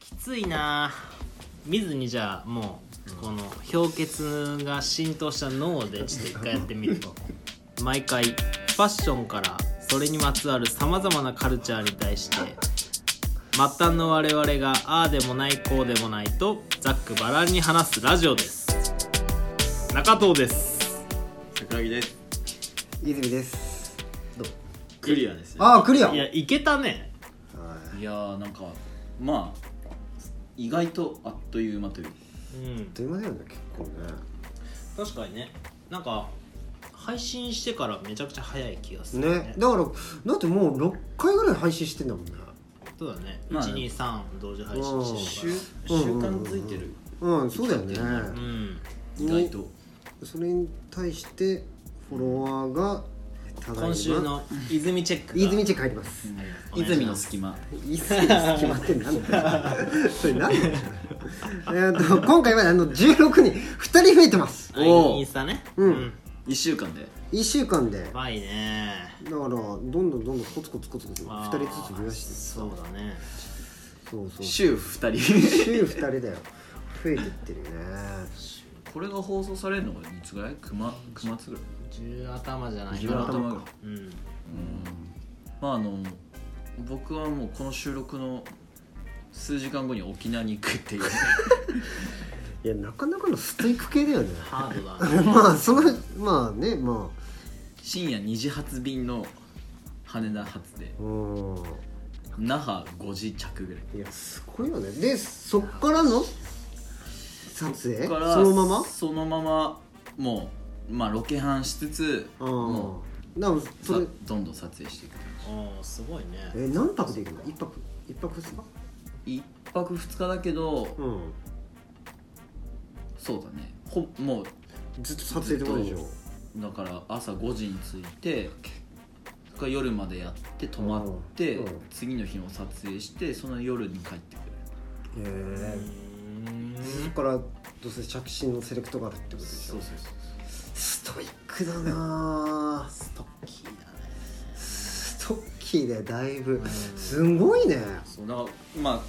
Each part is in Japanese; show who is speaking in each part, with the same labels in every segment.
Speaker 1: きついな見ずにじゃあもうこの氷結が浸透した脳でちょっと一回やってみる と毎回ファッションからそれにまつわるさまざまなカルチャーに対して末端の我々がああでもないこうでもないとざっくばらんに話すラジオです中藤です
Speaker 2: 桜木です
Speaker 3: 泉ですどう
Speaker 2: クリアですね
Speaker 3: ああクリア
Speaker 1: いやいけたね
Speaker 3: はい
Speaker 2: いやーなんかまあ意外とあっという間とい
Speaker 1: う
Speaker 2: う
Speaker 1: ん
Speaker 3: あっという間だよね結構ね
Speaker 1: 確かにねなんか配信してからめちゃくちゃ早い気がする
Speaker 3: ねだからだってもう6回ぐらい配信してんだもんね
Speaker 1: そうだね、
Speaker 2: まあ
Speaker 1: 123同時配信して
Speaker 2: 習
Speaker 1: るか
Speaker 2: 習慣づいてる
Speaker 3: うんそうだよね
Speaker 1: らうん
Speaker 2: 意外と
Speaker 3: それに対してフォロワーがただいま
Speaker 1: 今週の泉チェックが
Speaker 3: 泉チェック入り ます
Speaker 1: うん
Speaker 2: 泉の隙間
Speaker 3: 泉の決まってんなん だよそれなんだよえーっと今回はあの16人2人増えてます
Speaker 1: あ
Speaker 2: おう
Speaker 1: インスタね
Speaker 3: うん
Speaker 2: 1週間で
Speaker 3: 1週間でだ
Speaker 1: や
Speaker 3: か
Speaker 1: ばいね
Speaker 3: らどんどんどんどんコツコツコツコツ2
Speaker 1: まあ
Speaker 3: 人ずつ増やして
Speaker 1: そうだね
Speaker 3: そうそう
Speaker 2: 週2人
Speaker 3: 週2人だよ増えてってるね
Speaker 2: これが放送されるのがいつぐらい熊熊つぐらい
Speaker 1: 10頭じゃない
Speaker 2: 自
Speaker 1: か
Speaker 2: 分
Speaker 1: な
Speaker 2: の頭が
Speaker 1: うん
Speaker 2: まああの僕はもうこの収録の数時間後に沖縄に行くっていう
Speaker 3: いやなかなかのステーク系だよね
Speaker 1: ハードだね
Speaker 3: まあそのまあねま
Speaker 2: 深夜2時発便の羽田発で
Speaker 3: あうん
Speaker 2: 那覇5時着ぐらい
Speaker 3: いやすごいよねでそっからの撮
Speaker 2: か
Speaker 3: 影そ
Speaker 2: ら
Speaker 3: のまま
Speaker 2: そのままもうまあロケハンしつつも
Speaker 3: うんだから
Speaker 2: う
Speaker 3: それ
Speaker 2: さどんどん撮影していく
Speaker 1: おーすごいね
Speaker 3: え何泊で行くの一泊一泊ですか
Speaker 2: 1泊2日だけど、
Speaker 3: うん
Speaker 2: そうだねほもう
Speaker 3: ずっと撮影ってことでし
Speaker 2: ずっ
Speaker 3: ょ
Speaker 2: だから朝5時に着いてが夜までやって泊まって、
Speaker 3: うんうん
Speaker 2: 次の日も撮影してその夜に帰ってくる
Speaker 3: へ
Speaker 1: う
Speaker 3: え
Speaker 1: ん
Speaker 3: そっからどうせ着信のセレクトがあるってことでし
Speaker 2: そ
Speaker 3: ょ
Speaker 2: うそうそう
Speaker 3: ストイックだなあ
Speaker 1: ストッキーだね
Speaker 3: ストッキーでだいぶ
Speaker 1: ん
Speaker 3: すごいね
Speaker 2: そうだからまあ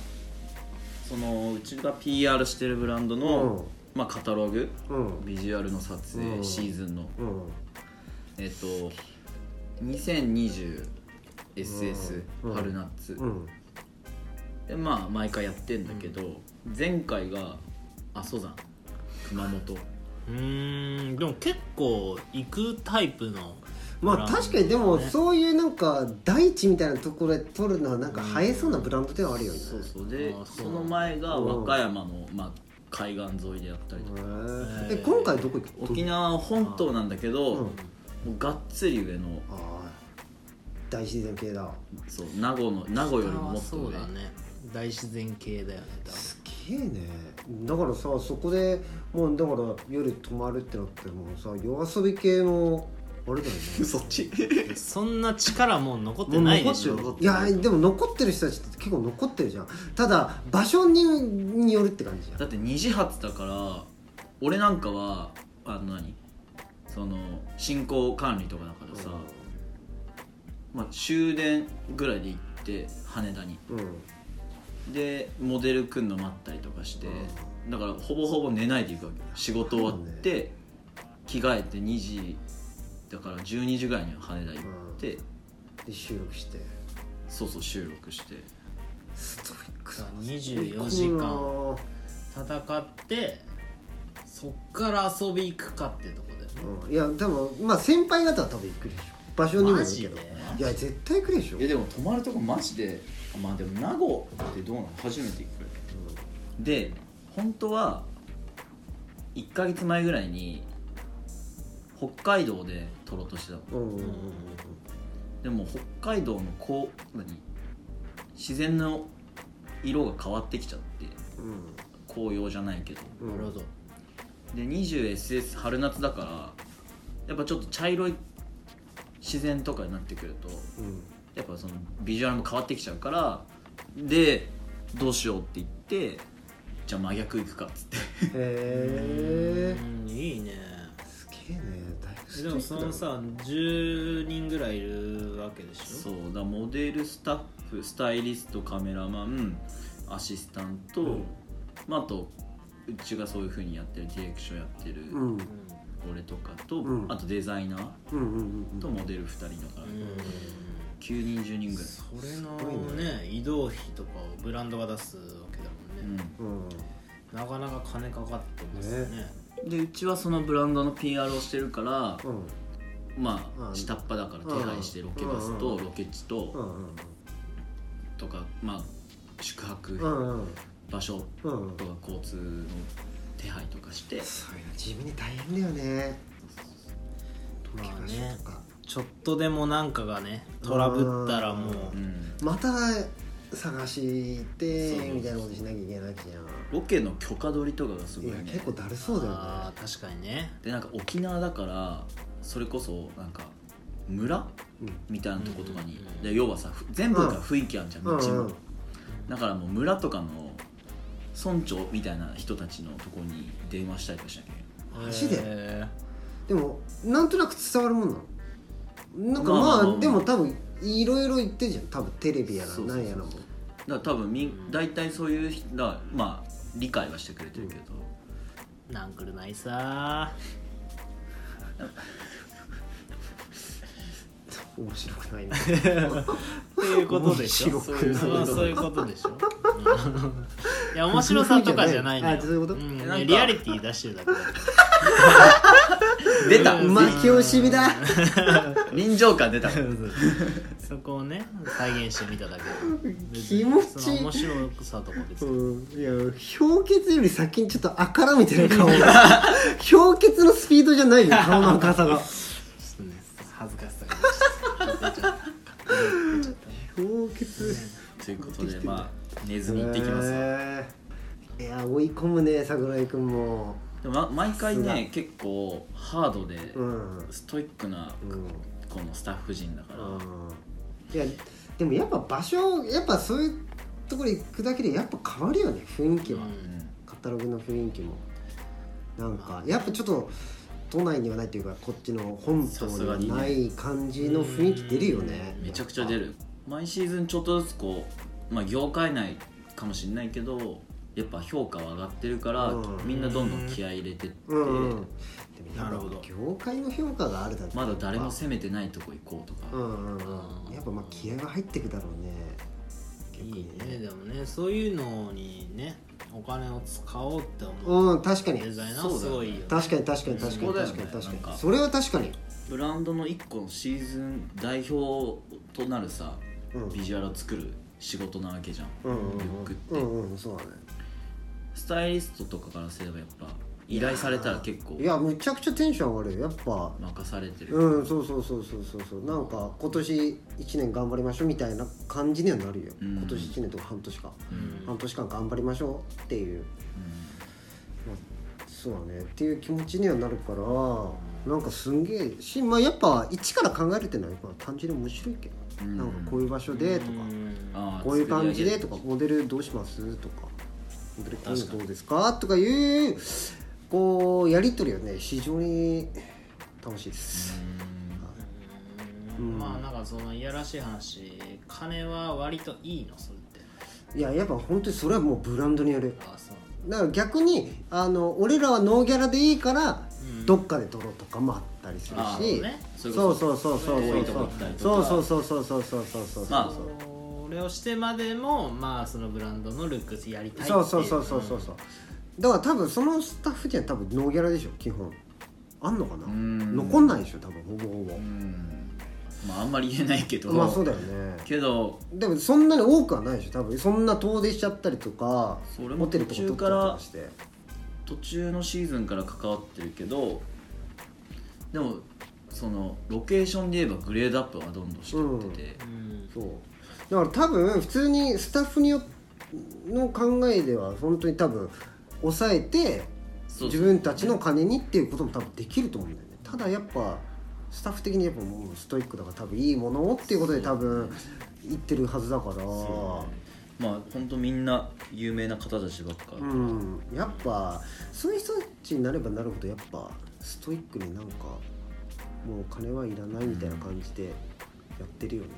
Speaker 2: そのうちが PR してるブランドの、まあ、カタログ
Speaker 3: うん
Speaker 2: ビジュアルの撮
Speaker 3: う
Speaker 2: 影
Speaker 3: ん
Speaker 2: シーズンの、
Speaker 3: うん
Speaker 2: えっと 2020SS
Speaker 3: うん
Speaker 2: 春夏、
Speaker 3: うん
Speaker 2: でまあ毎回やってんだけど、前回が阿蘇山熊本
Speaker 1: うーんでも結構行くタイプの
Speaker 3: まあ確かにでも
Speaker 1: ね
Speaker 3: そういうなんか大地みたいなところで撮るのはなんか映えそうなブランドではあるよね
Speaker 2: そうそうで
Speaker 1: あーそう
Speaker 2: その前が和歌山の、まあ、海岸沿いでやったりとか、
Speaker 3: へええ今回どこ行く
Speaker 2: 沖縄本島なんだけど、
Speaker 3: うん
Speaker 2: もうがっつり上の
Speaker 3: ああ大自然系だ
Speaker 2: そう名護の名護よりももっと
Speaker 1: そう
Speaker 2: 上
Speaker 1: だね大自然系だよね多分
Speaker 3: すげえねだからさそこでもうだから夜泊まるってなってもうさ夜遊び系のあれだよね
Speaker 2: そっち
Speaker 1: そんな力もう残って
Speaker 3: もう
Speaker 1: ない
Speaker 3: 残
Speaker 1: で
Speaker 3: って
Speaker 1: し
Speaker 3: る
Speaker 1: ょ
Speaker 2: 残
Speaker 3: いやでも残ってる人たちって結構残ってるじゃんただ場所にによるって感じじゃん
Speaker 2: だって二次発だから俺なんかはあの何その進行管理とかだからさ、まあ、終電ぐらいで行って羽田に
Speaker 3: うん
Speaker 2: でモデル組んの待ったりとかして、だからほぼほぼ寝ないでいくわけ仕事終わって、着替えて2時だから12時ぐらいには羽田行って、
Speaker 3: で収録して
Speaker 2: そうそう収録して
Speaker 3: ストイック
Speaker 1: 24時間戦ってそっから遊び行くかってとこだよね
Speaker 3: うんいやでもまあ先輩方は多分行くでしょ場所にもよるけど
Speaker 1: マジで
Speaker 3: いや絶対行くでしょ
Speaker 2: えでも泊まるとこマジでまあでも名護ってどうなの初めて行くで本当は1ヶ月前ぐらいに北海道で撮ろうとしてたの
Speaker 3: うんうんうん
Speaker 2: でも北海道のこう何自然の色が変わってきちゃって
Speaker 3: うん
Speaker 2: 紅葉じゃないけど
Speaker 3: うん
Speaker 1: なるほど
Speaker 2: で 20SS 春夏だからやっぱちょっと茶色い自然とかになってくると
Speaker 3: うん
Speaker 2: やっぱそのビジュアルも変わってきちゃうからでどうしようって言ってじゃあ真逆行くかっつって
Speaker 3: へえ
Speaker 1: うんいいね
Speaker 3: すげえねだいぶス
Speaker 1: で
Speaker 3: トイックだな
Speaker 1: もそのさ10人ぐらいいるわけでし
Speaker 2: そ
Speaker 1: ょ
Speaker 2: うだモデルスタッフスタイリストカメラマンアシスタント、
Speaker 3: うん
Speaker 2: まあ、あとうちがそういうふうにやってるディレクションやってる
Speaker 3: うん
Speaker 2: 俺とかと、
Speaker 3: うん
Speaker 2: あとデザイナー
Speaker 3: うんうんうん
Speaker 2: とモデル2人だから、
Speaker 1: う
Speaker 2: 9人10人ぐらい、
Speaker 1: んそれのね移動費とかをブランドが出すわけだもんね、
Speaker 3: うん
Speaker 1: なかなか金かかってますね
Speaker 2: うん、でうちはそのブランドの PR をしてるから、
Speaker 3: うん
Speaker 2: ま
Speaker 3: う
Speaker 2: あ
Speaker 3: ん
Speaker 2: 下っ端だから手配してロケバス
Speaker 3: う
Speaker 2: と
Speaker 3: ん
Speaker 2: ロケ地と、
Speaker 3: うんうん
Speaker 2: とかまあ宿泊、
Speaker 3: うんうん
Speaker 2: 場所
Speaker 3: うんうん
Speaker 2: とか交通の手配とかして
Speaker 3: そういうの地味に大変だよね
Speaker 1: まあ
Speaker 3: 怪我し
Speaker 1: ね
Speaker 3: とか
Speaker 1: ちょっとでもなんかがねトラブったらもう
Speaker 2: うん
Speaker 3: また探し行って
Speaker 2: そう
Speaker 3: みたいなことしなきゃいけないじゃ
Speaker 2: ロケの許可取りとかがす
Speaker 3: ん
Speaker 2: ご
Speaker 3: い
Speaker 2: い
Speaker 3: や
Speaker 2: ね
Speaker 3: 結構だるそうだよね
Speaker 1: あー確かにね
Speaker 2: でなんか沖縄だからそれこそなんか村
Speaker 3: うん
Speaker 2: みたいなとことかに、
Speaker 1: うんうんうん
Speaker 2: で要はさふ全部が雰囲気あるじゃん、
Speaker 3: うん
Speaker 2: 道
Speaker 3: う
Speaker 2: も
Speaker 3: ん
Speaker 2: だからもう村とかの村長みたいな人たちのとこに電話したりとかしなきゃいけない
Speaker 3: マジで
Speaker 1: へ
Speaker 3: でもなんとなく伝わるもんなのなんかまあ,、
Speaker 2: まあまあまあ
Speaker 3: でも多分いろいろ言ってんじゃん多分テレビやら
Speaker 2: そうそうそ
Speaker 3: な
Speaker 2: うん
Speaker 3: やらも
Speaker 2: だから多分みん大体そういう人だからまあ理解はしてくれてるけど、
Speaker 1: ーなんくるないさ
Speaker 3: 面白くないな
Speaker 1: ーっていうことでしょ
Speaker 3: 面白くない
Speaker 1: そういうそういうこと でしょ、うんいや面白さとかじゃないのよ
Speaker 3: あそういうこと
Speaker 1: ん
Speaker 2: なんか
Speaker 1: リアリティ出してるだけだ から
Speaker 2: 出た
Speaker 1: う ん
Speaker 3: まき惜しみだ
Speaker 2: 臨場感出た
Speaker 1: そこをね再現してみただけで
Speaker 3: 気持ちいい
Speaker 1: 別にその面白さとか別
Speaker 3: う
Speaker 1: に
Speaker 3: んいや氷結より先にちょっとあからみたいな顔氷結のスピードじゃないよ顔の赤さが
Speaker 1: ちょっとね恥ずかしさが出ちゃった出ちゃったね
Speaker 3: 氷結
Speaker 2: ということでまあ寝ずに行ってきますわ
Speaker 3: へえいや追い込むね桜井君も
Speaker 2: でもま毎回
Speaker 3: さす
Speaker 2: ね結構ハードで
Speaker 3: うんうん
Speaker 2: ストイックなこのスタッフ陣だから、
Speaker 3: いやでもやっぱ場所やっぱそういうところ行くだけでやっぱ変わるよね雰囲気は、
Speaker 1: うん
Speaker 3: カタログの雰囲気もなんかやっぱちょっと都内にはないというかこっちの本島にはない感じの雰囲気出るよね
Speaker 2: めちゃくちゃ出る毎シーズンちょっとずつこう、まあ、業界内かもしれないけどやっぱ評価は上がってるから、
Speaker 3: うん
Speaker 2: みんなどんどん気合い入れてって、
Speaker 3: うん、うん、でもや
Speaker 1: なる
Speaker 3: っ
Speaker 1: ほ
Speaker 3: ぱ
Speaker 1: ど
Speaker 3: 業界の評価があるだけ
Speaker 2: まだ誰も攻めてないとこ行こうとか、
Speaker 3: うんうんうんやっぱまあ気合が入ってくだろうね結構
Speaker 1: いいねでもねそういうのにねお金を使おうって思う
Speaker 3: うん確かに
Speaker 1: デザイナーはすごいよね
Speaker 3: 確かに確かに確か
Speaker 2: そ
Speaker 3: に
Speaker 2: うだよ
Speaker 3: 確
Speaker 2: ね
Speaker 3: かに確かに
Speaker 2: なんか
Speaker 3: それは確かに
Speaker 2: ブランドの1個のシーズン代表となるさ
Speaker 3: うん
Speaker 2: ビジュアルを作る仕事なわけじゃん、
Speaker 3: うんうん
Speaker 2: リュックって、
Speaker 3: うんうんうんそうだね
Speaker 2: スタイリストとかからすればやっぱ依頼されたら結構
Speaker 3: いやむちゃくちゃテンション上がるよやっぱ
Speaker 2: 任されてる、
Speaker 3: うんそうそうそうそうそうそうなんか今年1年頑張りましょうみたいな感じにはなるよ、
Speaker 2: うん
Speaker 3: 今年1年とか半年か、
Speaker 1: うん
Speaker 3: 半年間頑張りましょうっていう、まあ、そうだねっていう気持ちにはなるからなんかすんげえし、まあ、やっぱ一から考えるっていうのはやっぱ単純に面白いけど、
Speaker 2: うん
Speaker 3: なんかこういう場所でとか、
Speaker 1: うん
Speaker 2: ああ
Speaker 3: こういう感じで
Speaker 2: 作
Speaker 3: とかモデルどうしますとかモデルこういうのどうですかとかいうこうやり取りはね非常に楽しいです、
Speaker 2: り上げるうん
Speaker 3: うん
Speaker 1: まあなんかそのいやらしい話金は割といいのそれって
Speaker 3: いややっぱ本当にそれはもうブランドによる
Speaker 1: ああそう
Speaker 3: だから逆にあの俺らはノーギャラでいいから、
Speaker 1: うん
Speaker 3: どっかで撮ろうとかもあったりする
Speaker 2: あ
Speaker 3: し、
Speaker 1: ーね
Speaker 2: そういう
Speaker 3: そ
Speaker 2: こ
Speaker 3: う
Speaker 2: と
Speaker 3: そうそうそう
Speaker 2: 遠
Speaker 3: そ
Speaker 2: いうとこ行ったりと
Speaker 3: そ
Speaker 2: か
Speaker 3: うそうそうそうそうそうそうそうそう
Speaker 2: まあ
Speaker 1: それをしてまでもまあそのブランドのルックスやりたいってい
Speaker 3: そうそうそうそうそうそうだから多分そのスタッフには多分ノーギャラでしょ基本あんのかな
Speaker 2: うん
Speaker 3: 残んないでしょ多分ほぼほ
Speaker 2: うんまああんまり言えないけど、
Speaker 3: ぼまあそうだよね
Speaker 2: けど
Speaker 3: でもそんなに多くはないでしょ多分そんな遠出しちゃったりとか
Speaker 2: それも
Speaker 3: ホテルとか取ったりとかして
Speaker 2: 途中のシーズンから関わってるけどでもそのロケーションで言えばグレードアップはどんどんしてってて、
Speaker 1: うん
Speaker 3: そうだから多分普通にスタッフによの考えでは本当に多分抑えて
Speaker 2: そう
Speaker 3: 自分たちの金にっていうことも多分できると思うんだよねただやっぱスタッフ的にやっぱもうストイックだから多分いいものをっていうことで多分言ってるはずだから
Speaker 2: まあ本当みんな有名な方たちばっか、
Speaker 3: うんやっぱそういう人たちになればなるほどやっぱストイックになんかもう金はいらないみたいな感じでやってるよね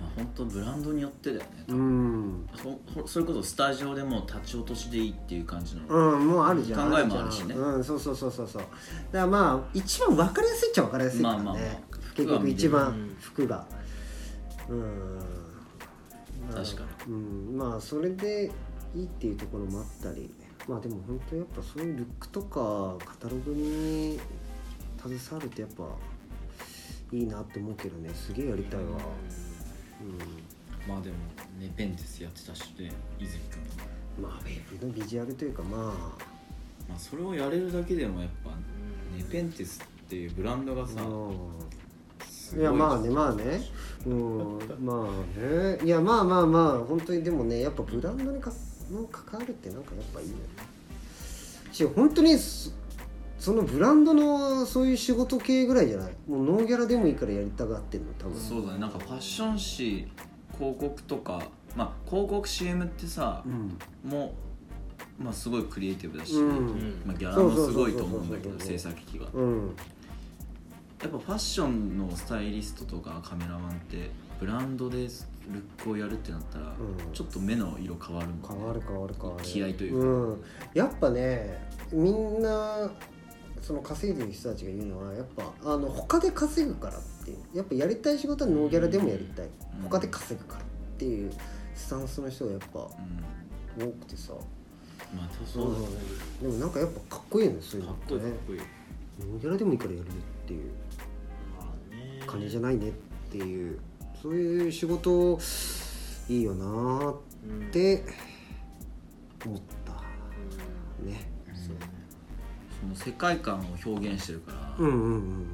Speaker 2: まあ、本当ブランドによってだよね
Speaker 3: うん
Speaker 2: そそそれこそスタジオでもう立ち落としでいいっていう感じの、
Speaker 3: うん、もうあるじゃん
Speaker 2: 考えもあるしね
Speaker 3: うん、そうそうそうそうそうだからまあ一番分かりやすいっちゃ分かりやすいからね、
Speaker 2: まあまあまあ
Speaker 3: 結局一番
Speaker 1: 服
Speaker 3: 服がうん
Speaker 2: 確か
Speaker 3: にうんまあそれでいいっていうところもあったりまあでも本当やっぱそういうルックとかカタログに携わるとやっぱいいなって思うけどねすげえやりたいわう
Speaker 2: まあでもねペンテスやってたしで泉君も
Speaker 3: んまあウェブのビジュアルというかまあ
Speaker 2: まあそれをやれるだけでもやっぱ
Speaker 1: うん
Speaker 2: ネペンテスっていうブランドがさ
Speaker 3: うん
Speaker 2: す
Speaker 3: い
Speaker 2: ごい
Speaker 3: やまあねまあねうんまあねいやまあまあまあ本当にでもねやっぱブランドにかの関わるってなんかやっぱいいよねし本当にそそのブランドのそういう仕事系ぐらいじゃないもうノーギャラでもいいからやりたがってるの多分
Speaker 2: そうだねなんかファッション誌広告とかまあ広告 CM ってさ
Speaker 3: うん
Speaker 2: もうまあすごいクリエイティブだし、
Speaker 3: うん
Speaker 2: まあ、ギャラもすごいと思うんだけ
Speaker 3: そうそうそうそうそうそ
Speaker 2: ど
Speaker 3: う
Speaker 2: 制作機器が
Speaker 3: うん
Speaker 2: やっぱファッションのスタイリストとかカメラマンってブランドでルックをやるってなったら、
Speaker 3: ん
Speaker 2: ちょっと目の色変わるもんね
Speaker 3: 変わる変わる変わる
Speaker 2: 気合というか
Speaker 3: ん、やっぱねみんなその稼いでる人たちが言うのはやっぱあの他で稼ぐからっていうやっぱやりたい仕事はノーギャラでもやりたい、
Speaker 2: ん
Speaker 3: 他で稼ぐからっていうスタンスの人がやっぱ多
Speaker 2: うん
Speaker 3: くてさ、
Speaker 2: まあそうだね
Speaker 3: でもなんかやっぱかっこいいよねそういう
Speaker 2: か
Speaker 3: の
Speaker 2: っ
Speaker 3: っ
Speaker 2: こ
Speaker 3: て
Speaker 2: いいかっ
Speaker 3: ね
Speaker 2: こいい
Speaker 3: ノーギャラでもいいからやるよっていう
Speaker 1: まあね
Speaker 3: 金じゃないねっていうそういう仕事いいよなーっ
Speaker 1: うん
Speaker 3: て思ったね
Speaker 2: そうねその世界観を表現してるから、
Speaker 3: うんうんうんうんうん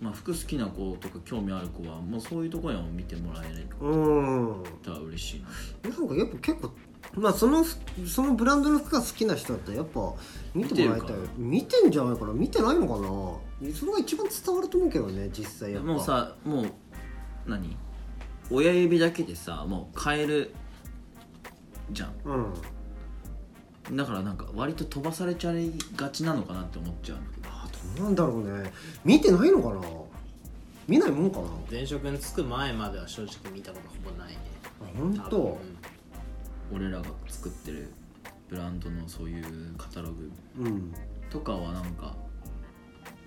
Speaker 2: まあ、服好きな子とか興味ある子はもうそういうところにも見てもらえる
Speaker 3: うん
Speaker 2: たら嬉しいな
Speaker 3: なんかやっぱ結構まあそのそのブランドの服が好きな人だったらやっぱ見てもらいたい見てんじゃないかな見てないのかなそれが一番伝わると思うけどね実際やっぱ
Speaker 2: もうさもう何親指だけでさもう変えるじゃ
Speaker 3: うん
Speaker 2: んだからなんか割と飛ばされちゃいがちなのかなって思っちゃうんだけど
Speaker 3: あどうなんだろうね見てないのかな見ないもんかな
Speaker 1: 前職に就く前までは正直見たことほぼないね
Speaker 3: あ
Speaker 1: 多
Speaker 3: 本
Speaker 1: 分
Speaker 3: 当
Speaker 2: 俺らが作ってるブランドのそういうカタログ
Speaker 3: うん
Speaker 2: とかはなんか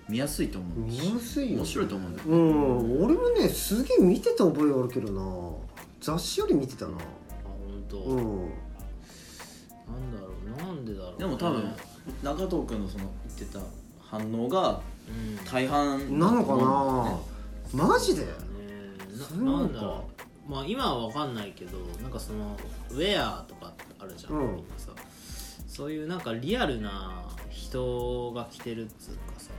Speaker 2: 見やすいと思う
Speaker 3: 見
Speaker 2: し
Speaker 3: やすいよ
Speaker 2: 面白いと思うんだけ
Speaker 3: う
Speaker 2: ど、
Speaker 3: ん俺もねすげえ見てた覚えあるけどな雑誌より見てたな
Speaker 1: あ本当、
Speaker 3: うん
Speaker 1: なんだろうなんでだろうね
Speaker 2: でも多分中藤君のその言ってた反応が
Speaker 1: うんね
Speaker 2: 大半
Speaker 3: な
Speaker 2: だと
Speaker 3: のか
Speaker 2: 思うんだよね
Speaker 3: なマジでそう
Speaker 1: な
Speaker 3: な
Speaker 1: な
Speaker 3: のか
Speaker 1: んだろうまあ今は分かんないけどなんかそのウェアとかあるじゃん、
Speaker 3: うん
Speaker 1: みんなさそういうなんかリアルな人が着てるっつうかさ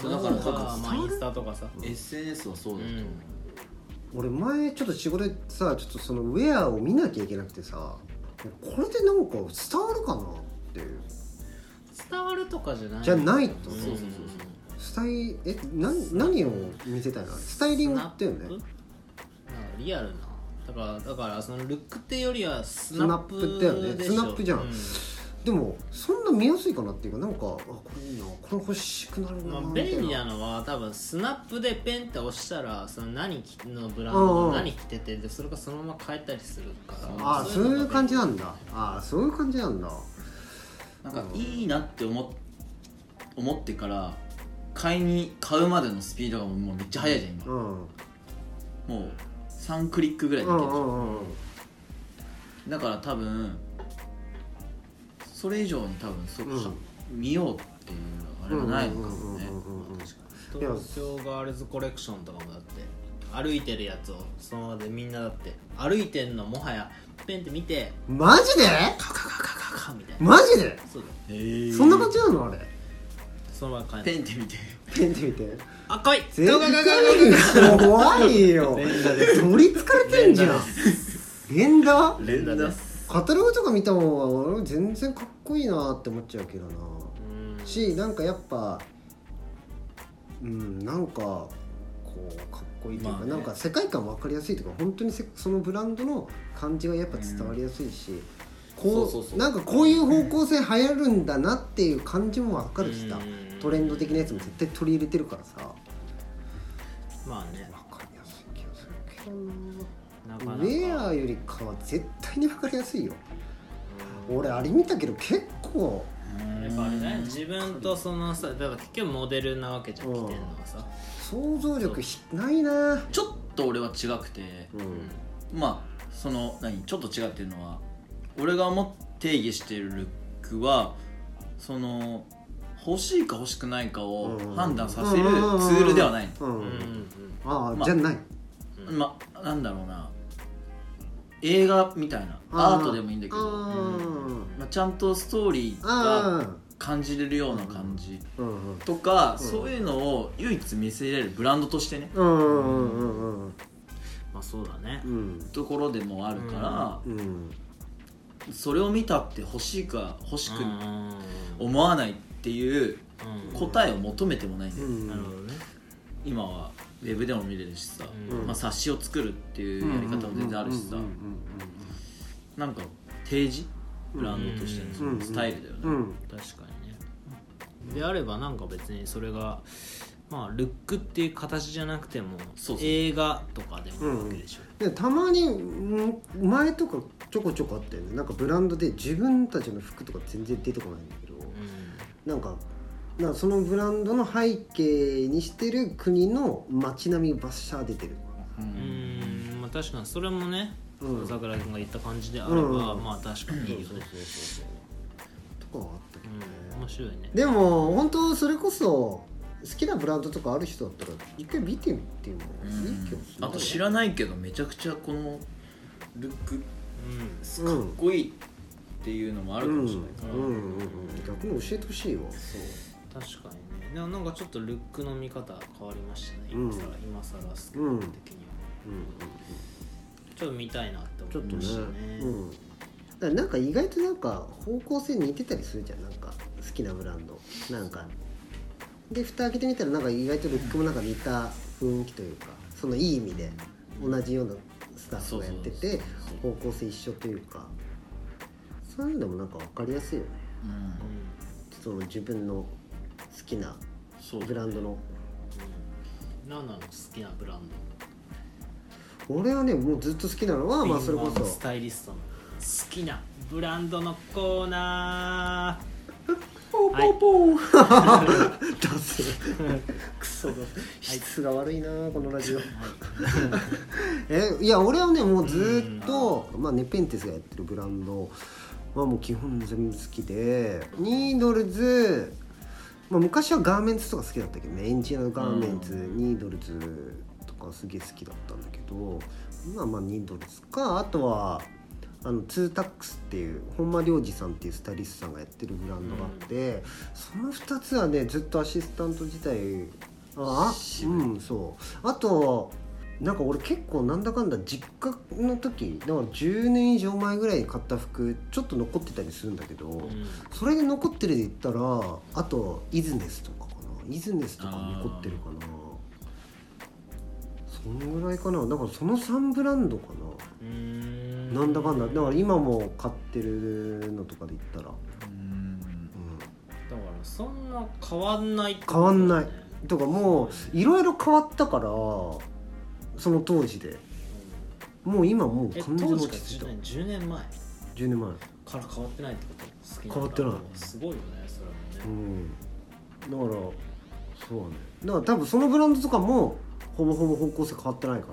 Speaker 2: そうだから
Speaker 1: なん
Speaker 2: な
Speaker 1: か
Speaker 2: んか
Speaker 1: まあインスタとかさ
Speaker 2: SNS はそうだと思う、
Speaker 1: うん
Speaker 3: 俺前ちょっと仕事でさちょっとそのウェアを見なきゃいけなくてさこれでなんか伝わるかなっていう
Speaker 1: 伝わるとかじゃない
Speaker 3: じゃないと
Speaker 1: ん
Speaker 3: そう
Speaker 2: そうそうそう
Speaker 3: スタイえな何を見せたいのスタイリングってよね
Speaker 1: スナップなんかリアルなだからだからそのルックってよりはス
Speaker 3: ナ
Speaker 1: ナ
Speaker 3: ッ
Speaker 1: ッ
Speaker 3: プ
Speaker 1: プ
Speaker 3: だよね
Speaker 1: でしょ
Speaker 3: スナップじゃん
Speaker 1: う
Speaker 3: でもそんな見やすいかなっていうかなんかあこれいいなこれ欲しくなる
Speaker 1: ま
Speaker 3: な
Speaker 1: あ
Speaker 3: みたい
Speaker 1: 便利
Speaker 3: な
Speaker 1: なのは多分スナップでペンって押したらその何着のブランド
Speaker 3: うん
Speaker 1: の
Speaker 3: うん
Speaker 1: 何着ててでそれがそのまま変えたりするから
Speaker 3: ああそういう感じ
Speaker 1: だ
Speaker 3: なんだああそういう感じなんだ
Speaker 2: なんかいいなって思っ思ってから買いに買うまでのスピードがもうめっちゃ速いじゃん
Speaker 3: う
Speaker 2: 今、
Speaker 3: ん
Speaker 2: もう3クリックぐら
Speaker 3: う
Speaker 2: い
Speaker 3: ん
Speaker 2: で
Speaker 3: う
Speaker 2: いける
Speaker 3: ん
Speaker 2: じゃん
Speaker 3: うんうん
Speaker 2: だから多分それ以上に多分そ、
Speaker 3: うん
Speaker 2: 見ようっていうあれがないのかもね
Speaker 3: うんうんうんうんうんいや
Speaker 1: 東京ガールズコレクションとかもだって歩いてるやつをそのままでみんなだって歩いてんのもはやペンって見て
Speaker 3: マジで
Speaker 1: カカカカカカみたいな
Speaker 3: マジで
Speaker 1: そうだよ
Speaker 2: へー
Speaker 3: そんな感じなのあれ
Speaker 1: そのまま変えない
Speaker 2: ペンって見て
Speaker 3: ペンってみて
Speaker 1: 赤い
Speaker 3: 絶対怖いよ取りつかれてんじゃん 連打
Speaker 2: 連打
Speaker 1: で
Speaker 3: カタログとか見た方が俺全然かっこいいなって思っちゃうけどな
Speaker 1: うん
Speaker 3: しなんかやっぱうんなんかこうかっこいいというか、
Speaker 2: まあね
Speaker 3: なんか世界観分かりやすいというか本当にせそのブランドの感じがやっぱ伝わりやすいし、こう
Speaker 2: そうそうそう
Speaker 3: なんかこういう方向性流行るんだなっていう感じも分かるしさ
Speaker 1: うん
Speaker 3: トレンド的なやつも絶対取り入れてるからさ
Speaker 1: まあね
Speaker 3: 分かりやすい気がする
Speaker 1: なか
Speaker 3: な
Speaker 1: な
Speaker 3: ウ
Speaker 1: か
Speaker 3: ェアよりかは絶対に分かりやすいよ俺あれ見たけど結構
Speaker 1: やっぱあれね自分とそのさだから結局モデルなわけじゃん着てんのがさ
Speaker 3: 想像力ひないな
Speaker 2: ちょっと俺は違くて
Speaker 3: うん
Speaker 2: まあその何ちょっと違ってるのは俺が思って定義してるルックはその欲しいか欲しくないかを判断させるツールではない、
Speaker 3: う
Speaker 1: う
Speaker 3: んうんん
Speaker 1: うん
Speaker 3: あ
Speaker 2: ま
Speaker 3: あ
Speaker 2: あ
Speaker 3: じゃない
Speaker 1: うん
Speaker 2: まあなんだろうな映画みたいな
Speaker 3: あー
Speaker 2: アートでもいいんだけど
Speaker 3: あー
Speaker 2: まあ、ちゃんとストーリーが
Speaker 3: あ
Speaker 2: 感じれるような感じ
Speaker 3: ーうんうん
Speaker 2: とか、
Speaker 3: ん
Speaker 2: そういうのを唯一見せれるブランドとしてね
Speaker 3: うんうんうんうん
Speaker 1: まあそうだね
Speaker 3: うん
Speaker 2: ところでもあるから、
Speaker 3: うん
Speaker 2: それを見たって欲しいか欲しく
Speaker 1: う
Speaker 2: 思わないっていう答えを求めてもないんだ
Speaker 3: う
Speaker 2: よ、
Speaker 1: えなるほ
Speaker 3: ん
Speaker 1: どね
Speaker 2: 今はウェブでも見れるしさ、
Speaker 1: うん
Speaker 2: まあ、冊子を作るっていうやり方も全然あるしさ、
Speaker 3: うんうん
Speaker 2: なんか提示ブランドとしてのそ
Speaker 3: うんうん
Speaker 2: のスタイルだよね、
Speaker 3: うんうん
Speaker 1: 確かにねであればなんか別にそれがまあルックっていう形じゃなくても
Speaker 2: そうそう
Speaker 1: 映画とかでもいいわけでしょ
Speaker 3: でたまにうん前とかちょこちょこあったよねなんかブランドで自分たちの服とか全然出てこないんだけどなんかなんかそのブランドの背景にしてる国の街並みバッシャー出てる
Speaker 2: う
Speaker 1: うんんうんまあ確かにそれもね
Speaker 3: うん
Speaker 1: 桜井君が言った感じであれ
Speaker 3: うん
Speaker 1: ば
Speaker 3: うん
Speaker 1: まあ確かにいいよね
Speaker 3: とかはあったけどね、
Speaker 1: うん面白いね
Speaker 3: でも本当それこそ好きなブランドとかある人だったら一回見てみてもいい気がする
Speaker 2: あと知ら
Speaker 3: ない
Speaker 2: ないけどめちゃくちゃこのルック
Speaker 1: うん
Speaker 2: かっこいいっていうのもあるかもしれないから、
Speaker 3: うんうんうんうん、逆に教えてほしいわ
Speaker 1: 確かにねでもなんかちょっとルックの見方変わりましたね
Speaker 3: う
Speaker 1: 今
Speaker 3: ん
Speaker 1: さら、今さらスケ
Speaker 3: うん
Speaker 1: 的には
Speaker 3: うんうんうん
Speaker 1: ちょっと見たいなって
Speaker 3: ちょっ
Speaker 1: 思い
Speaker 3: と
Speaker 1: ま
Speaker 3: ね
Speaker 1: した
Speaker 3: うんだからなんか意外となんか方向性似てたりするじゃんなんか好きなブランドなんかで蓋開けてみたらなんか意外とルックもなんか似た雰囲気というかそのいい意味で同じようなスタッフがやって
Speaker 2: そうそう
Speaker 3: て方向性一緒というかそういうのでもなんか分かりやすいよね
Speaker 2: うん
Speaker 3: その自分の好きな
Speaker 2: そう
Speaker 3: ブランドの
Speaker 1: うんなんなの好きなブランド
Speaker 3: 俺はねもうずっと好きなのはまあそれこ
Speaker 1: 敏腕ス
Speaker 3: そ
Speaker 1: タイリストの好きなブランドのコーナーはい
Speaker 3: ダセ
Speaker 1: クソだ
Speaker 3: 質が悪いなこのラジオ えいや俺はねもうずっと、まあ、ネペンテスがやってるブランドはもう基本全部好きでニードルズ、まあ、昔はガーメンツとか好きだったけどねエンジニアのガーメンツ、
Speaker 2: うん
Speaker 3: ニードルズとかすげえ好きだったんだけど今はまあニードルズかあとはあのツータックスっていう本間良二さんっていうスタイリストさんがやってるブランドがあって、その2つはねずっとアシスタント自体ああ
Speaker 2: 渋い
Speaker 3: うんそうあとなんか俺結構なんだかんだ実家の時だから10年以上前ぐらいに買った服ちょっと残ってたりするんだけど、それで残ってるで言ったらあとイズネスとかかなイズネスとか残ってるかなそんぐらいかなだからその3ブランドか
Speaker 1: うん
Speaker 3: ななんだかんだだから今も買ってるのとかで言ったら、
Speaker 2: うん
Speaker 3: うん、
Speaker 1: だからそんな変わんないってこと
Speaker 3: 変わんない
Speaker 1: だよね
Speaker 3: とかもういろいろ変わったからその当時でもう今もう
Speaker 1: え
Speaker 3: 完全に
Speaker 1: 当時
Speaker 3: 落
Speaker 1: から
Speaker 3: ち着いた
Speaker 1: 10年10年前
Speaker 3: 10年前
Speaker 1: から変わってないってこと好き
Speaker 3: 変わってな
Speaker 1: ブラ
Speaker 3: い
Speaker 1: ンドはすごいよねそれもね
Speaker 3: うんだからそうねだから多分そのブランドとかもほぼほぼ方向性変わってないか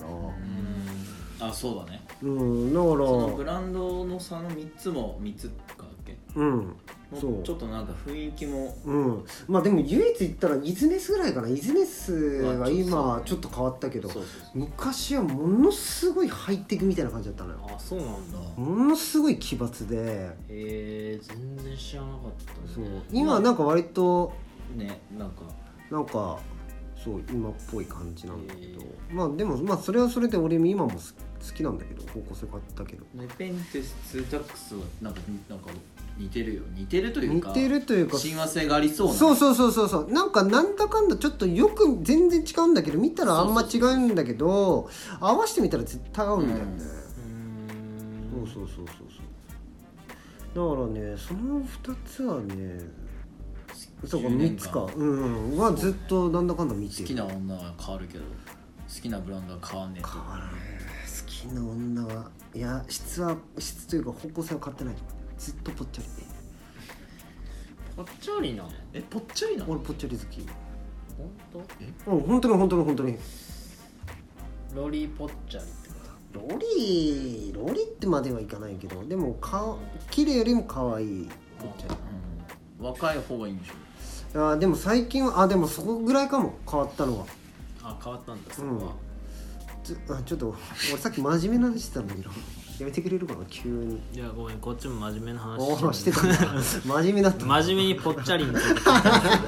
Speaker 3: ら
Speaker 2: あそうだね
Speaker 3: うんだ
Speaker 2: そのブ
Speaker 3: か
Speaker 2: ランドの差の3つも3つかだっけ
Speaker 3: らうん
Speaker 2: もう
Speaker 3: そう
Speaker 2: ちょっとなんか雰囲気も
Speaker 3: うんまあでも唯一言ったらイズネスぐらいかなイズネスは今
Speaker 2: まあ
Speaker 3: ち
Speaker 2: ちょ
Speaker 3: ょっと変わったけど
Speaker 2: そうそう
Speaker 3: 昔はものすごいハイテクみたいな感じだったのよ
Speaker 1: あそうなんだ
Speaker 3: ものすごい奇抜で
Speaker 1: へえ全然知らなかった
Speaker 3: そう
Speaker 1: ね
Speaker 3: 今はなんか割と
Speaker 2: ねなんか
Speaker 3: なんかそう今っぽい感じなんだけど
Speaker 1: へ
Speaker 3: まあでもまあそれはそれで俺も今も好好きなんだけど方向性変わったけど
Speaker 2: ネペンテスツータックスはなんかなんか似てるよ似てるという
Speaker 3: 似
Speaker 2: か
Speaker 3: てるというか
Speaker 2: 親和性がありそうな
Speaker 3: そうそうそうそうそうなんかなんだかんだちょっとよく全然違うんだけど見たらあんま違うんだけど合わせてみたら絶対合うんだよね、
Speaker 1: うーん
Speaker 3: そうそうそうそうそうだからねその2つはねそうか
Speaker 2: 10年
Speaker 3: 3
Speaker 2: 間
Speaker 3: つかうん、うん、はずっとなんだかんだ見て
Speaker 2: 好
Speaker 3: る
Speaker 2: きな女は変わるけど好きなブランドは変わんねえと
Speaker 3: 変わらない近の女はいや質は質というか方向性は変わってないずっとぽっちゃり
Speaker 1: ぽっちゃりなの
Speaker 2: えぽっちゃりなの
Speaker 3: 俺ぽっちゃり好き
Speaker 1: 本当
Speaker 3: うん本当に本当に本当に
Speaker 1: ロリーぽっちゃりってこと
Speaker 3: ロリロリってまではいかないけどでもか綺麗よりも可愛いぽっちゃり
Speaker 2: うん若い方がいいんでしょ
Speaker 3: あーでも最近はあでもそこぐらいかも変わったのは
Speaker 1: あ変わったんだそこは、
Speaker 3: ちょあちょっと俺さっき真面目な話してたんだけどやめてくれるかな急に
Speaker 1: いやごめんこっちも真面目な話
Speaker 3: おおして
Speaker 1: る
Speaker 3: たんだ真面目だった
Speaker 1: 真面目にぽっちゃりについて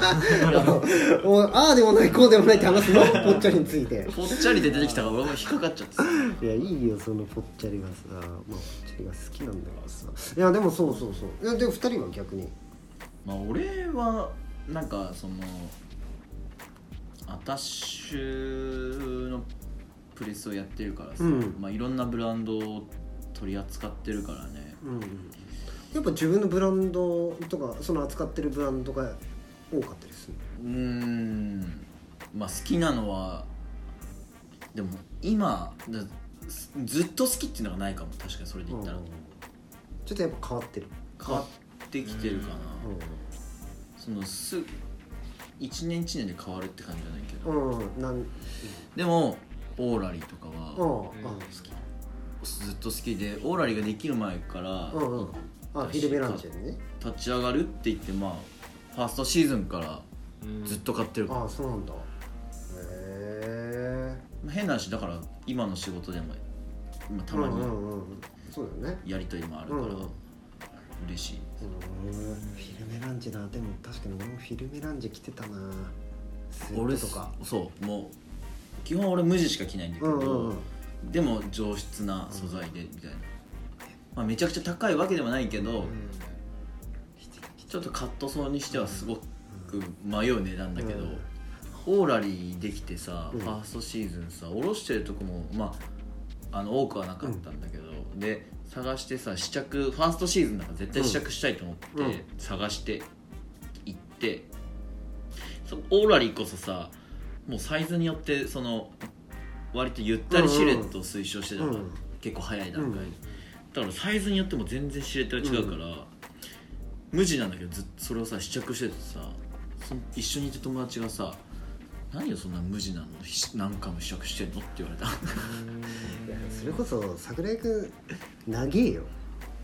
Speaker 3: おああでもないこうでもないって話すのぽっちゃりについて
Speaker 2: ぽっちゃりで出てきたから俺も引っかかっちゃって さ
Speaker 3: いやいいよそのぽっちゃりがさまあぽっちゃりが好きなんだからさいやでもそうそうそういやでも2人は逆に
Speaker 2: まあ俺はなんかそのアタッシュのプレスをやってるからさ、
Speaker 3: うん
Speaker 2: まあ、いろんなブランドを取り扱ってるからね
Speaker 3: うんやっぱ自分のブランドとかその扱ってるブランドが多かったりする
Speaker 2: うーんまあ好きなのはでも今だずずっと好きっていうのがないかも確かにそれで言ったら、
Speaker 3: うんちょっとやっぱ変わってる、
Speaker 2: 変わってきてるかな、そのす一年一年で変わるって感じじゃないけど、
Speaker 3: うんうんなんうん
Speaker 2: でもオーラリーとかは、
Speaker 3: うん
Speaker 2: ずっと好きでオーラリーができる前から
Speaker 3: うんうんあフィルベランチェね
Speaker 2: 立ち上がるって言ってまあファーストシーズンから
Speaker 1: うん
Speaker 2: ずっと買ってるから、
Speaker 3: ああそうなんだへえ
Speaker 2: 変な話だから今の仕事でも今たま
Speaker 3: う
Speaker 2: に
Speaker 3: んうんうん、そうだよね
Speaker 2: やりとりもあるから、
Speaker 3: うんうん
Speaker 2: 嬉しい
Speaker 3: うんフィルメランジェなでも確かに俺もフィルメランジェ着てたなスウェッ
Speaker 2: 俺
Speaker 3: トとか
Speaker 2: そうもう基本俺無地しか着ないんだけ
Speaker 3: う
Speaker 2: ど、
Speaker 3: んうんうん
Speaker 2: でも上質な素材でみたいな、まあ、めちゃくちゃ高いわけではないけど、
Speaker 1: うん
Speaker 2: ちょっとカットソーにしてはすごく迷う値段だけど、
Speaker 3: うん
Speaker 2: オーラリーできてさ、
Speaker 3: うん
Speaker 2: ファーストシーズンさ下ろしてるとこもまああの多くはなかったんだけど、で探してさ試着ファーストシーズンだから絶対試着したいと思って、
Speaker 3: うんうん
Speaker 2: 探して行ってそオーラリーこそさもうサイズによってその割とゆったりシルエットを推奨してたから、
Speaker 3: うん
Speaker 2: 結構早い段階で、
Speaker 3: うん
Speaker 2: だからサイズによっても全然シルエットが違うから、無地なんだけどずっとそれをさ試着しててさその一緒にいた友達がさ「何よそんな無地なのひ何回も試着してんの?」って言われた
Speaker 3: いやそれこそ桜井くん長えよ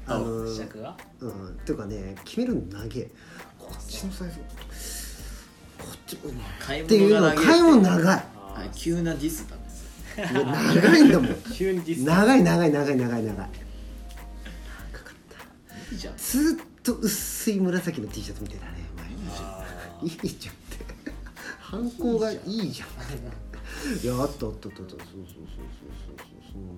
Speaker 3: あの
Speaker 1: 試着が
Speaker 3: うんていうかね決めるの長えこっちのサイズこっちうんっ
Speaker 2: 買い
Speaker 3: てい
Speaker 2: 物が
Speaker 3: うの
Speaker 2: 長い
Speaker 3: 買い物長い
Speaker 2: はい 急なディスだね
Speaker 3: いや長いんだ もん
Speaker 1: 急にディス
Speaker 3: 長い長い長い長い長い長かった
Speaker 2: いいじゃん
Speaker 3: ずっと薄い紫の T シャツ見てたね前
Speaker 1: あ
Speaker 3: いいじゃんって反抗がいいじゃんってい やあったあったあったあったそうそうそうそうそうそうそん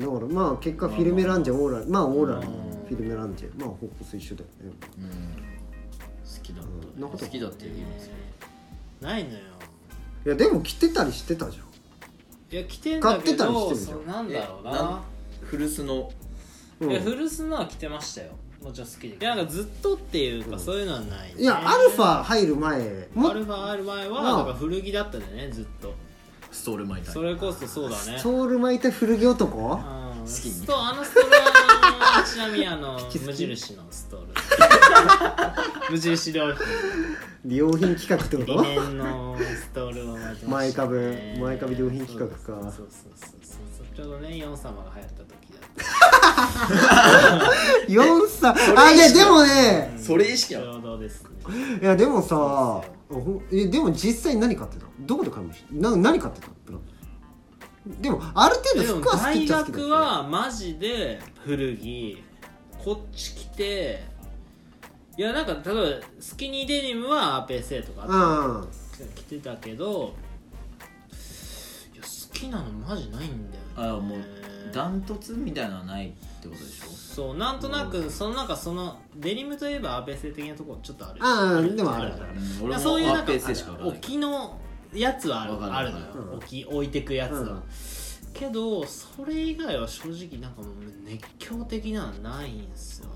Speaker 3: なだからまあ結果フィルメランジェオーラまあオーラリーフィルメランジェまあ方向性一緒だよね
Speaker 2: うん好きだっ
Speaker 3: うん
Speaker 2: た、
Speaker 3: なんか
Speaker 2: 好きだって言うんですよ
Speaker 1: ーないのよ
Speaker 3: いやでも着てたりしてたじゃん
Speaker 1: いや着てんだ
Speaker 3: 買っ
Speaker 1: け
Speaker 3: てたりして
Speaker 1: ど
Speaker 3: るじゃん
Speaker 1: そうなんだろう
Speaker 2: え
Speaker 1: な
Speaker 2: な古巣の
Speaker 3: うん
Speaker 1: いや古巣のは着てましたよもちろん好きでいやなんかずっとっていうか、
Speaker 3: うん
Speaker 1: そういうのはない、
Speaker 3: いやアルファ入る前
Speaker 1: アルファある前は
Speaker 3: なあ
Speaker 1: だから古着だったんだよねずっと
Speaker 2: ストール巻いた
Speaker 1: それこそそうだね
Speaker 3: ストール巻いた古着男
Speaker 1: うん
Speaker 2: スキニー
Speaker 1: ストあのストールはちなみにあ の
Speaker 3: 口好き
Speaker 1: 無印のストール 無印良品
Speaker 3: 良品企画ってこ
Speaker 1: 理
Speaker 3: と
Speaker 1: 念のストールを巻いてましたね
Speaker 3: 前株前株良品企画か
Speaker 1: そうそうそうそうそうちょうどねヨン様が流行った時だ っ
Speaker 3: 4歳あいやでもね
Speaker 2: それ意識
Speaker 1: た
Speaker 2: な
Speaker 1: ち
Speaker 2: の
Speaker 1: ょうどですね
Speaker 3: いやでもさ
Speaker 1: そう
Speaker 3: ほんえでも実際何買ってたのどこで買いましたな何買ってたのブランドでもある程
Speaker 1: で
Speaker 3: 度
Speaker 1: も
Speaker 3: 服は好き
Speaker 1: 大
Speaker 3: っちゃ好きだよ
Speaker 1: 学はマジで古着こっち来ていやなんか例えばスキニーデニムはアーペーセーとかあった
Speaker 3: うん
Speaker 1: 着てたけどいや好きなのマジないんだよね
Speaker 2: あもうダントツみたいなのはないってことでしょ
Speaker 1: そうなんとなくそのなんかそのデニムといえばアーペーセー的なとこちょっとある
Speaker 3: あーでもある
Speaker 1: じゃん
Speaker 2: うん
Speaker 1: い
Speaker 2: 俺
Speaker 1: や
Speaker 2: も
Speaker 1: そういう
Speaker 2: ア
Speaker 1: なん
Speaker 2: ッ
Speaker 1: か
Speaker 2: ペースでしかわからない
Speaker 1: 置きのやつはある
Speaker 2: わかる
Speaker 1: あるのよ
Speaker 2: わか
Speaker 3: るうん
Speaker 1: 置き置いてくやつは、
Speaker 3: うん
Speaker 1: けどそれ以外は正直なんかもう熱狂的なのはないんすよね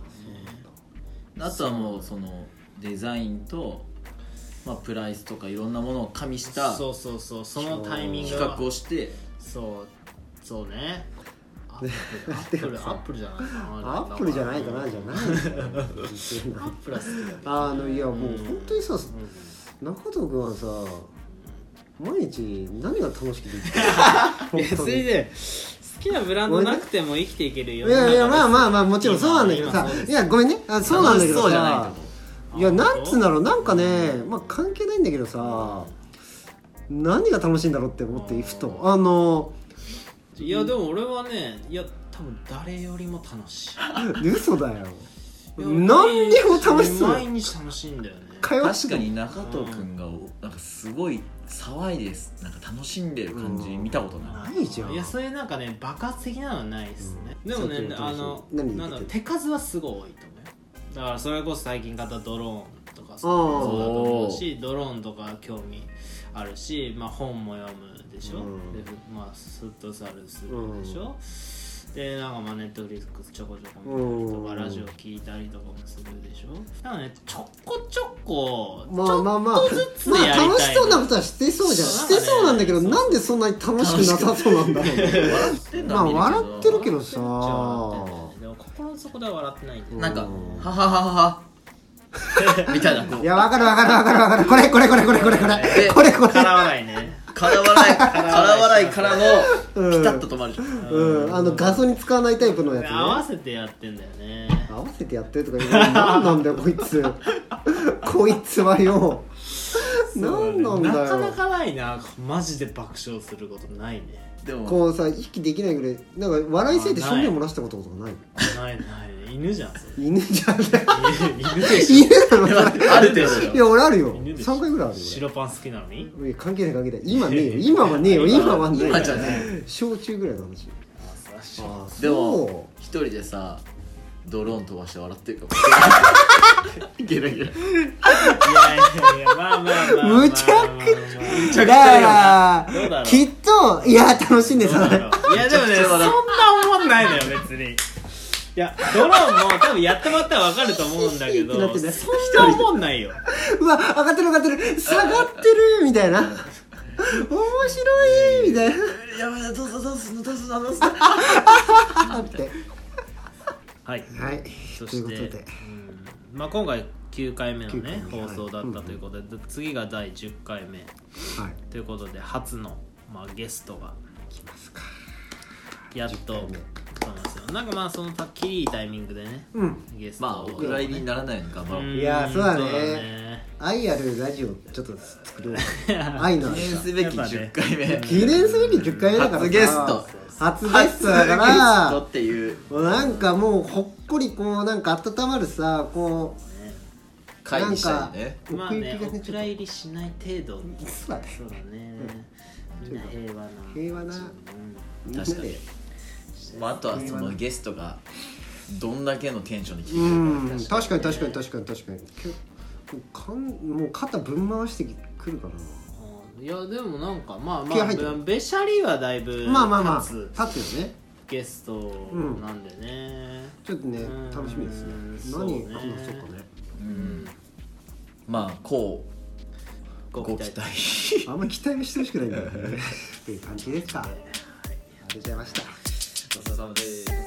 Speaker 2: あとはもうそのデザインと、まあ、プライスとかいろんなものを加味した
Speaker 1: そうそうそうそのタイミン
Speaker 2: 比
Speaker 1: グは
Speaker 2: 較をして
Speaker 1: そうそうね アップルアップルじゃないかな
Speaker 3: アップルじゃないか
Speaker 1: う
Speaker 3: なんじゃないんだよ実
Speaker 1: ア
Speaker 3: は
Speaker 1: ップルは好きだけど
Speaker 3: あのいやもう
Speaker 1: うん
Speaker 3: 本当にさ
Speaker 1: うん
Speaker 3: 中藤君はさ毎日何が楽しくて生きてる本
Speaker 1: 別
Speaker 3: 当
Speaker 1: に
Speaker 3: に
Speaker 1: ね好きなブランドなくても生きていける
Speaker 3: い
Speaker 1: よ
Speaker 3: やいやまあまあまあもちろんそうなんだけど
Speaker 1: 今
Speaker 3: さ
Speaker 1: そうです
Speaker 3: いやごめんねあそうなんだけど
Speaker 2: 楽しそうじゃない
Speaker 3: さ
Speaker 2: と思
Speaker 3: いやなんつうんだろうなんかねまあ関係ないんだけどさ何が楽しいんだろうって思ってふとあの
Speaker 1: いやでも俺はねいや多分誰よりも楽しい
Speaker 3: 嘘だよ
Speaker 1: いや
Speaker 3: 何にも楽しそう
Speaker 1: 毎日楽しいんだよね
Speaker 3: 会話し
Speaker 2: 確かに中藤君がなんかすごい騒いですなんか楽しんでる感じ見たことない、
Speaker 3: ないじゃん
Speaker 1: いやそういうなんかね爆発的なのはないですね、
Speaker 3: うん
Speaker 1: でも
Speaker 3: そうそう
Speaker 1: ね
Speaker 3: そう
Speaker 1: あの
Speaker 3: 何
Speaker 1: なんだろう
Speaker 3: 言って
Speaker 1: 手数はすごい多いと思うよだからそれこそ最近買ったドローンとかそ
Speaker 3: あー
Speaker 1: そうだと思うしドローンとか興味あるし、まあ、本も読むでしょ、
Speaker 3: うん
Speaker 1: でまあフットサルするでしょ、でなんかまあネットフリックスちょこちょこ見たりとか
Speaker 3: うん
Speaker 1: ラジオ聞いたりとかもするでしょだからねちょこちょこ
Speaker 3: まあまあまあ
Speaker 1: ちょっとずつ
Speaker 3: まあ
Speaker 1: やりたい
Speaker 3: 楽しそうなことはしてそうじゃん
Speaker 1: そう
Speaker 3: してそうなんだけど
Speaker 1: なんかね
Speaker 3: なんでそんなに楽しくなさそうなんだろうね
Speaker 2: 笑ってんの
Speaker 3: ま
Speaker 2: は
Speaker 3: あ
Speaker 2: 見る
Speaker 3: 笑ってるけ
Speaker 1: け
Speaker 3: ど
Speaker 1: ど
Speaker 3: さ
Speaker 1: さでも心の底では笑ってないんだよ
Speaker 2: なんか
Speaker 3: うん
Speaker 2: 「ははははは」みたいない
Speaker 3: やわかるわかるわかるわかるこれこれこれこれこれこれ
Speaker 2: え
Speaker 3: これこれ
Speaker 1: からわないね
Speaker 2: 空笑い空笑いからのピタッと止まるじゃん
Speaker 3: うんあの画像に使わないタイプのやつね
Speaker 1: 合わせてやってんだよね
Speaker 3: 合わせてやってるとか言うの何なんだよこいつこいつはよ何なんだよ
Speaker 1: なかなかないなマジで爆笑することないね
Speaker 2: でも
Speaker 3: こうさ息できないぐらいなんか笑いすぎて正面漏らしたこととかない
Speaker 1: ないない犬じゃんそれ
Speaker 3: 犬じゃない
Speaker 1: 犬犬でし
Speaker 3: 犬なのそれ
Speaker 2: ある程
Speaker 3: い
Speaker 2: 度
Speaker 3: や俺あるよ
Speaker 1: ょ犬でしょ
Speaker 3: 3回ぐらいあるよ
Speaker 1: 白パン好きなのに
Speaker 3: 俺いや関係ない関係ない今ねえよ今はねえよ今はねえよ
Speaker 2: 今じゃね
Speaker 3: 小中ぐらいの話
Speaker 1: あそう
Speaker 3: ああ
Speaker 2: でも
Speaker 3: そ
Speaker 2: 一人でさドローン飛ばして笑ってるか もゲラ
Speaker 1: いやい
Speaker 2: ゲラ
Speaker 1: やいやまあまあまあまあまあま あ
Speaker 3: むちゃく
Speaker 2: ち
Speaker 3: う
Speaker 2: ゃくちゃ
Speaker 3: だ
Speaker 2: だよ
Speaker 1: どうだろ
Speaker 3: から
Speaker 1: う
Speaker 3: きっといや楽しいんですよね
Speaker 1: いやでもねそんな思んないのよ別にいやドローンも多分やってもらったら分かると思うんだけ ど
Speaker 3: ヒーヒーってなってね
Speaker 1: そんな思んないよ
Speaker 3: うわ上がってる上がってる下がってるみたいな面白いみたいな
Speaker 2: やばいどうぞどうぞどうぞどうぞ
Speaker 3: あって
Speaker 1: はい
Speaker 3: はい
Speaker 1: そ
Speaker 3: とい
Speaker 1: し
Speaker 3: うこ
Speaker 1: て、
Speaker 3: と
Speaker 1: うん
Speaker 3: で
Speaker 1: まあ、今回9回目の
Speaker 3: 9回
Speaker 1: ね
Speaker 3: 目
Speaker 1: 放送だっ
Speaker 3: は
Speaker 1: た
Speaker 3: い
Speaker 1: ということで、次が第10回目
Speaker 3: はい
Speaker 1: ということで初の、まあ、ゲストが
Speaker 3: 来ますか
Speaker 1: やっとそう
Speaker 3: 10回
Speaker 1: なんですよなんかまあそのたっきりいいタイミングでね
Speaker 3: うん
Speaker 1: ゲスト
Speaker 2: まあお蔵入りにならないように頑張ろ
Speaker 1: うん
Speaker 2: う
Speaker 3: いやそうだね
Speaker 1: ね
Speaker 3: 愛あるラジオちょっと作ろう愛のある
Speaker 2: 記念すべき10回目
Speaker 3: 記念すべき10回目だからさ
Speaker 2: 初ゲスト
Speaker 3: 初ゲスト
Speaker 2: 初ゲスト
Speaker 3: だから
Speaker 2: っていう
Speaker 3: もうなんかもうほっこりこうなんか温まるさこう
Speaker 2: 会にしたいね
Speaker 1: まあ
Speaker 3: 奥行
Speaker 1: ね
Speaker 3: きが
Speaker 1: お
Speaker 3: ねちょっ
Speaker 1: 蔵入りしない程度に
Speaker 3: とそうだね
Speaker 1: そうだね、みんな平和な
Speaker 3: 平和なみんなで
Speaker 2: 確かにまあ、あとはそのゲストがどんだけのテンションで聞いて
Speaker 3: う
Speaker 2: るか
Speaker 3: ん確かに確かに確かに確かに結構かんもう肩ぶん回してくるかな
Speaker 1: うんいやでもなんかまあま
Speaker 3: 気合
Speaker 1: あ
Speaker 3: 入ってる
Speaker 1: べしゃりはだいぶ
Speaker 3: まあまあまあ
Speaker 1: 立つ
Speaker 3: 立つよね
Speaker 1: ゲストなんでね、
Speaker 3: ちょっとね
Speaker 1: うん
Speaker 3: 楽しみですね
Speaker 1: そう
Speaker 3: 何
Speaker 1: ね
Speaker 3: 話そうかね
Speaker 2: うんまあこうご期待
Speaker 3: あんま期待はして ほしくないんだよねっていう感じですかありがとうございました
Speaker 2: お疲れ様です